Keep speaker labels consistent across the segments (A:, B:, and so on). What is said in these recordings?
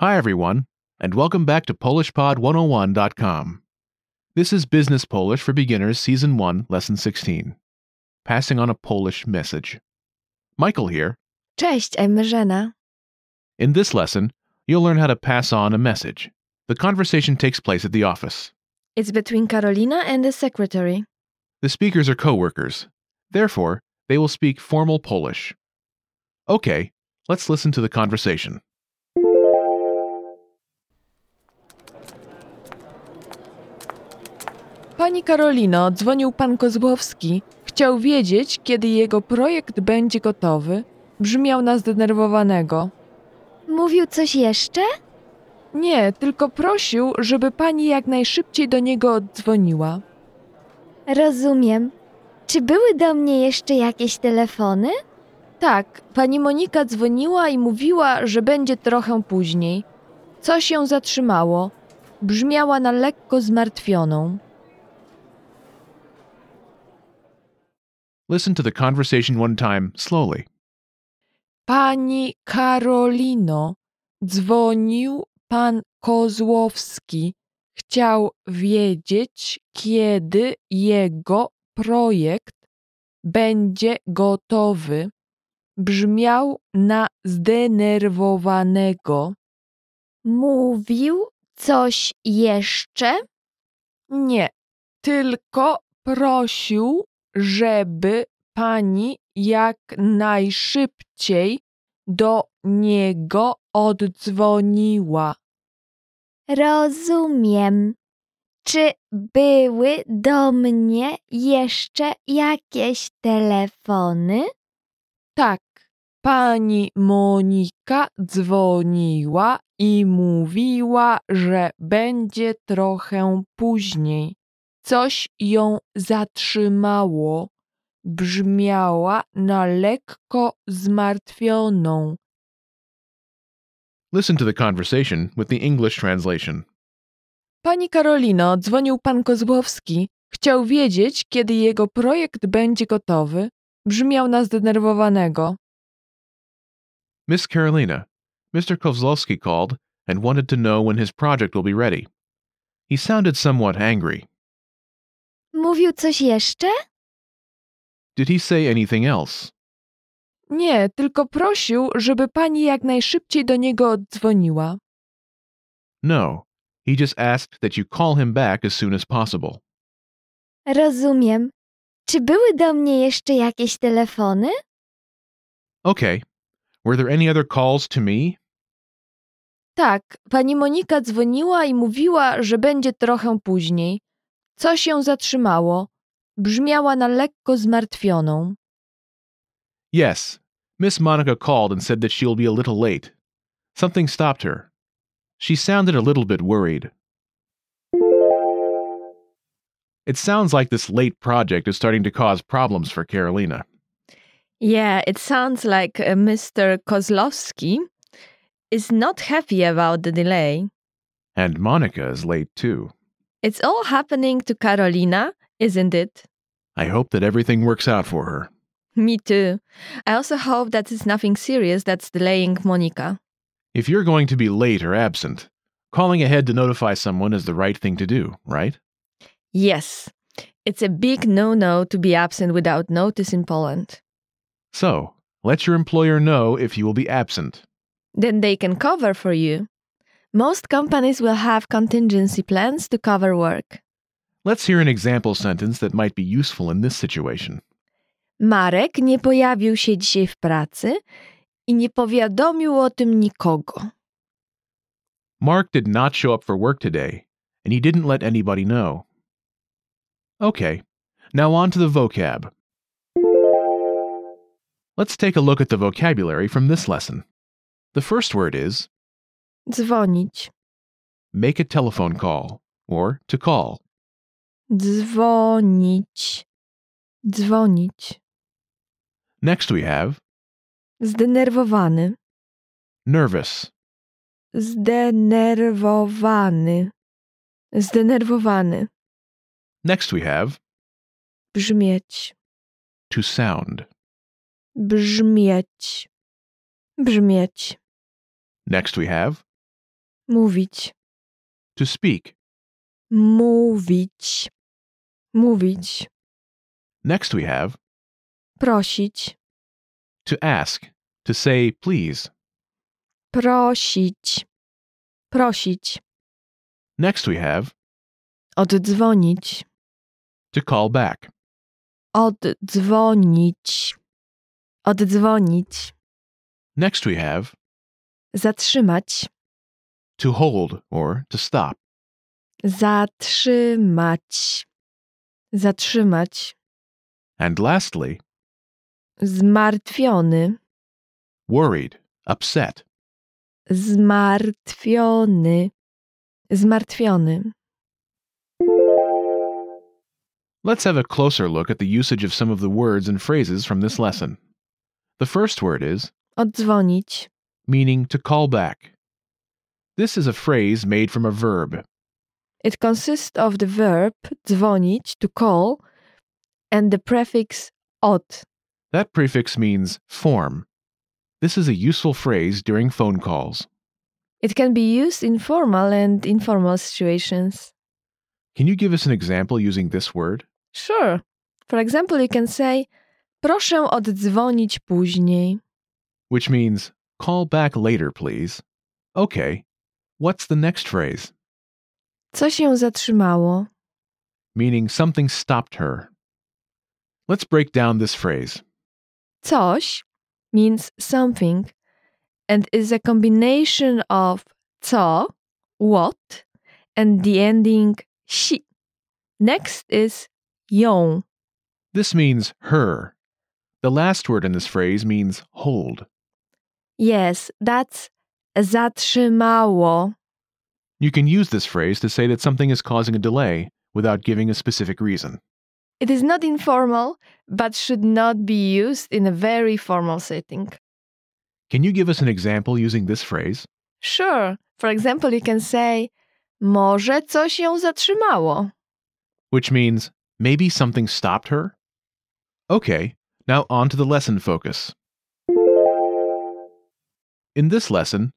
A: Hi, everyone, and welcome back to PolishPod101.com. This is Business Polish for Beginners, Season 1, Lesson 16. Passing on a Polish message. Michael here.
B: Cześć, Emerzena.
A: In this lesson, you'll learn how to pass on a message. The conversation takes place at the office.
B: It's between Karolina and the secretary.
A: The speakers are coworkers. Therefore, they will speak formal Polish. Okay, let's listen to the conversation.
C: Pani Karolino, dzwonił pan Kozłowski. Chciał wiedzieć, kiedy jego projekt będzie gotowy. Brzmiał na zdenerwowanego.
B: Mówił coś jeszcze?
C: Nie, tylko prosił, żeby pani jak najszybciej do niego oddzwoniła.
B: Rozumiem. Czy były do mnie jeszcze jakieś telefony?
C: Tak, pani Monika dzwoniła i mówiła, że będzie trochę później. Coś ją zatrzymało. Brzmiała na lekko zmartwioną.
A: Listen to the conversation one time slowly.
C: Pani Karolino, dzwonił pan Kozłowski. Chciał wiedzieć, kiedy jego projekt będzie gotowy. Brzmiał na zdenerwowanego.
B: Mówił coś jeszcze?
C: Nie, tylko prosił, żeby pani jak najszybciej do niego oddzwoniła.
B: Rozumiem. Czy były do mnie jeszcze jakieś telefony?
C: Tak, pani Monika dzwoniła i mówiła, że będzie trochę później. Coś ją zatrzymało. Brzmiała na lekko zmartwioną.
A: Listen to the conversation with the English translation.
C: Pani Karolino, dzwonił pan Kozłowski. Chciał wiedzieć, kiedy jego projekt będzie gotowy. Brzmiał na zdenerwowanego.
A: Miss Carolina, Mr. Kozlowski called and wanted to know when his project will be ready. He sounded somewhat angry.
B: Mówił coś jeszcze?
A: Did he say anything else?
C: Nie, tylko prosił, żeby pani jak najszybciej do niego oddzwoniła.
A: No. He just asked that you call him back as soon as possible.
B: Rozumiem. Czy były do mnie jeszcze jakieś telefony?
A: Okay. Were there any other calls to me?
C: Tak, pani Monika dzwoniła i mówiła, że będzie trochę później. Coś ją zatrzymało. Brzmiała na lekko zmartwioną.
A: Yes. Miss Monica called and said that she'll be a little late. Something stopped her. She sounded a little bit worried. It sounds like this late project is starting to cause problems for Carolina.
D: Yeah, it sounds like uh, Mr. Kozlowski is not happy about the delay.
A: And Monica is late too.
D: It's all happening to Carolina, isn't it?
A: I hope that everything works out for her.
D: Me too. I also hope that it's nothing serious that's delaying Monica.
A: If you're going to be late or absent, calling ahead to notify someone is the right thing to do, right?
D: Yes, it's a big no no to be absent without notice in Poland.
A: So, let your employer know if you will be absent.
D: Then they can cover for you. Most companies will have contingency plans to cover work.
A: Let's hear an example sentence that might be useful in this situation.
D: Marek nie pojawił się dzisiaj w pracy i nie powiadomił o tym nikogo.
A: Mark did not show up for work today, and he didn't let anybody know. Okay, now on to the vocab. Let's take a look at the vocabulary from this lesson. The first word is
C: Dzwonić.
A: make a telephone call or to call.
C: Dzwonić. Dzwonić.
A: Next we have
C: Zdenerwowany.
A: nervous,
C: Zdenerwowany. Zdenerwowany.
A: Next, we have
C: Brzmieć.
A: to sound.
C: Brzmieć. Brzmieć.
A: Next, we have
C: Mówić.
A: To speak.
C: Mówić. Mówić.
A: Next we have
C: Prosić.
A: to ask, to say please.
C: Prosić. Prosić.
A: Next we have
C: Oddzwonić.
A: to call back.
C: Oddzwonić. Oddzwonić.
A: Next we have
C: Zatrzymać.
A: to hold or to stop.
C: Zatrzymać. Zatrzymać.
A: And lastly,
C: Zmartwiony.
A: worried, upset.
C: Zmartwiony. Zmartwiony.
A: Let's have a closer look at the usage of some of the words and phrases from this lesson. The first word is
C: Oddzwonić.
A: meaning to call back. This is a phrase made from a verb.
C: It consists of the verb dzwonić, to call, and the prefix od.
A: That prefix means form. This is a useful phrase during phone calls.
C: It can be used in formal and informal situations.
A: Can you give us an example using this word?
C: Sure. For example, you can say, proszę oddzwonić później.
A: Which means call back later, please. Okay. What's the next phrase?
C: Co się zatrzymało?
A: Meaning something stopped her. Let's break down this phrase.
C: Coś means something and is a combination of co, what, and the ending si. Next is ją.
A: This means her. The last word in this phrase means hold.
C: Yes, that's zatrzymało.
A: You can use this phrase to say that something is causing a delay without giving a specific reason.
C: It is not informal, but should not be used in a very formal setting.
A: Can you give us an example using this phrase?
C: Sure, for example, you can say, może coś ją zatrzymało.
A: Which means maybe something stopped her? Okay, now on to the lesson focus. In this lesson,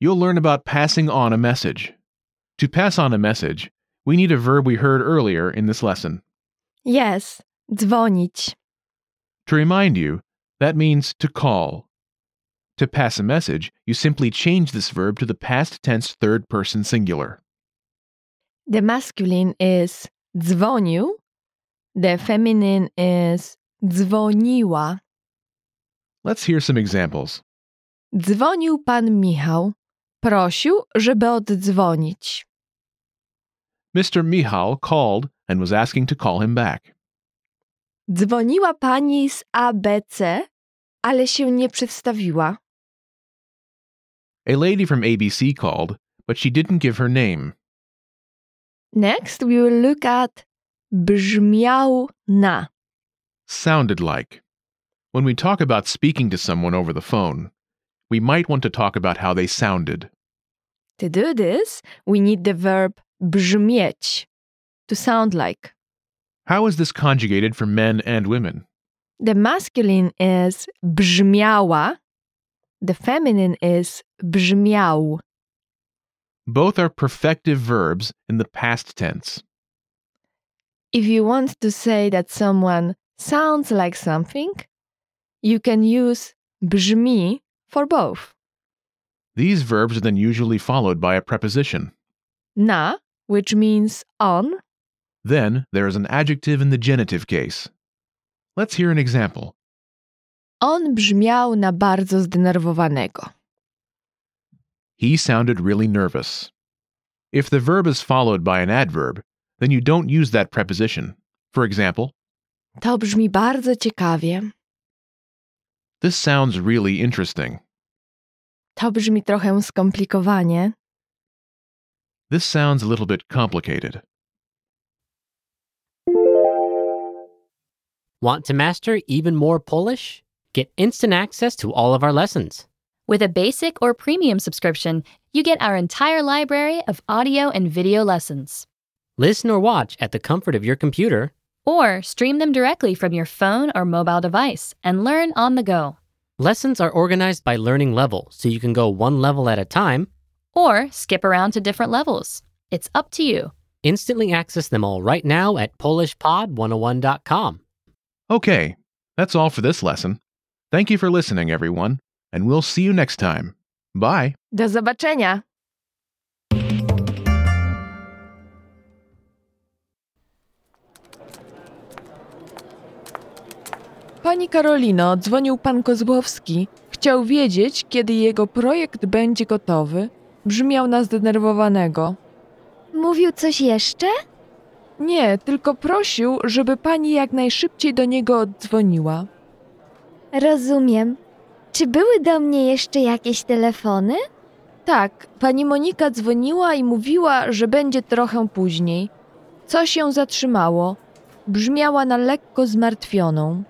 A: you'll learn about passing on a message. To pass on a message, we need a verb we heard earlier in this lesson.
C: Yes, dzwonić.
A: To remind you, that means to call. To pass a message, you simply change this verb to the past tense third person singular.
C: The masculine is dzwonił. The feminine is dzwoniła.
A: Let's hear some examples.
C: Dzwonił pan Michał. Prosił, żeby oddzwonić.
A: Mr. Mihal called and was asking to call him back.
C: Dzwoniła pani z ABC, ale się nie przedstawiła.
A: A lady from ABC called, but she didn't give her name.
C: Next we will look at brzmiał na.
A: Sounded like. When we talk about speaking to someone over the phone, we might want to talk about how they sounded.
C: To do this, we need the verb brzmieć. To sound like.
A: How is this conjugated for men and women?
C: The masculine is brzmiała. The feminine is brzmiał.
A: Both are perfective verbs in the past tense.
C: If you want to say that someone sounds like something, you can use brzmi for both.
A: These verbs are then usually followed by a preposition.
C: Na, which means on.
A: Then there is an adjective in the genitive case. Let's hear an example.
C: On brzmiał na bardzo zdenerwowanego.
A: He sounded really nervous. If the verb is followed by an adverb, then you don't use that preposition. For example,
C: To brzmi bardzo ciekawie.
A: this sounds really interesting.
C: To brzmi trochę skomplikowanie.
A: This sounds a little bit complicated.
E: Want to master even more Polish? Get instant access to all of our lessons.
F: With a basic or premium subscription, you get our entire library of audio and video lessons,
E: Listen or watch at the comfort of your computer.
F: or stream them directly from your phone or mobile device and learn on the go.
E: Lessons are organized by learning level, so you can go one level at a time
F: or skip around to different levels. It's up to you.
E: Instantly access them all right now at PolishPod101.com.
A: Okay, that's all for this lesson. Thank you for listening, everyone, and we'll see you next time. Bye.
C: Do zobaczenia! Pani Karolino, dzwonił pan Kozłowski. Chciał wiedzieć, kiedy jego projekt będzie gotowy. Brzmiał na zdenerwowanego.
B: Mówił coś jeszcze?
C: Nie, tylko prosił, żeby pani jak najszybciej do niego oddzwoniła.
B: Rozumiem. Czy były do mnie jeszcze jakieś telefony?
C: Tak, pani Monika dzwoniła i mówiła, że będzie trochę później. Coś ją zatrzymało. Brzmiała na lekko zmartwioną.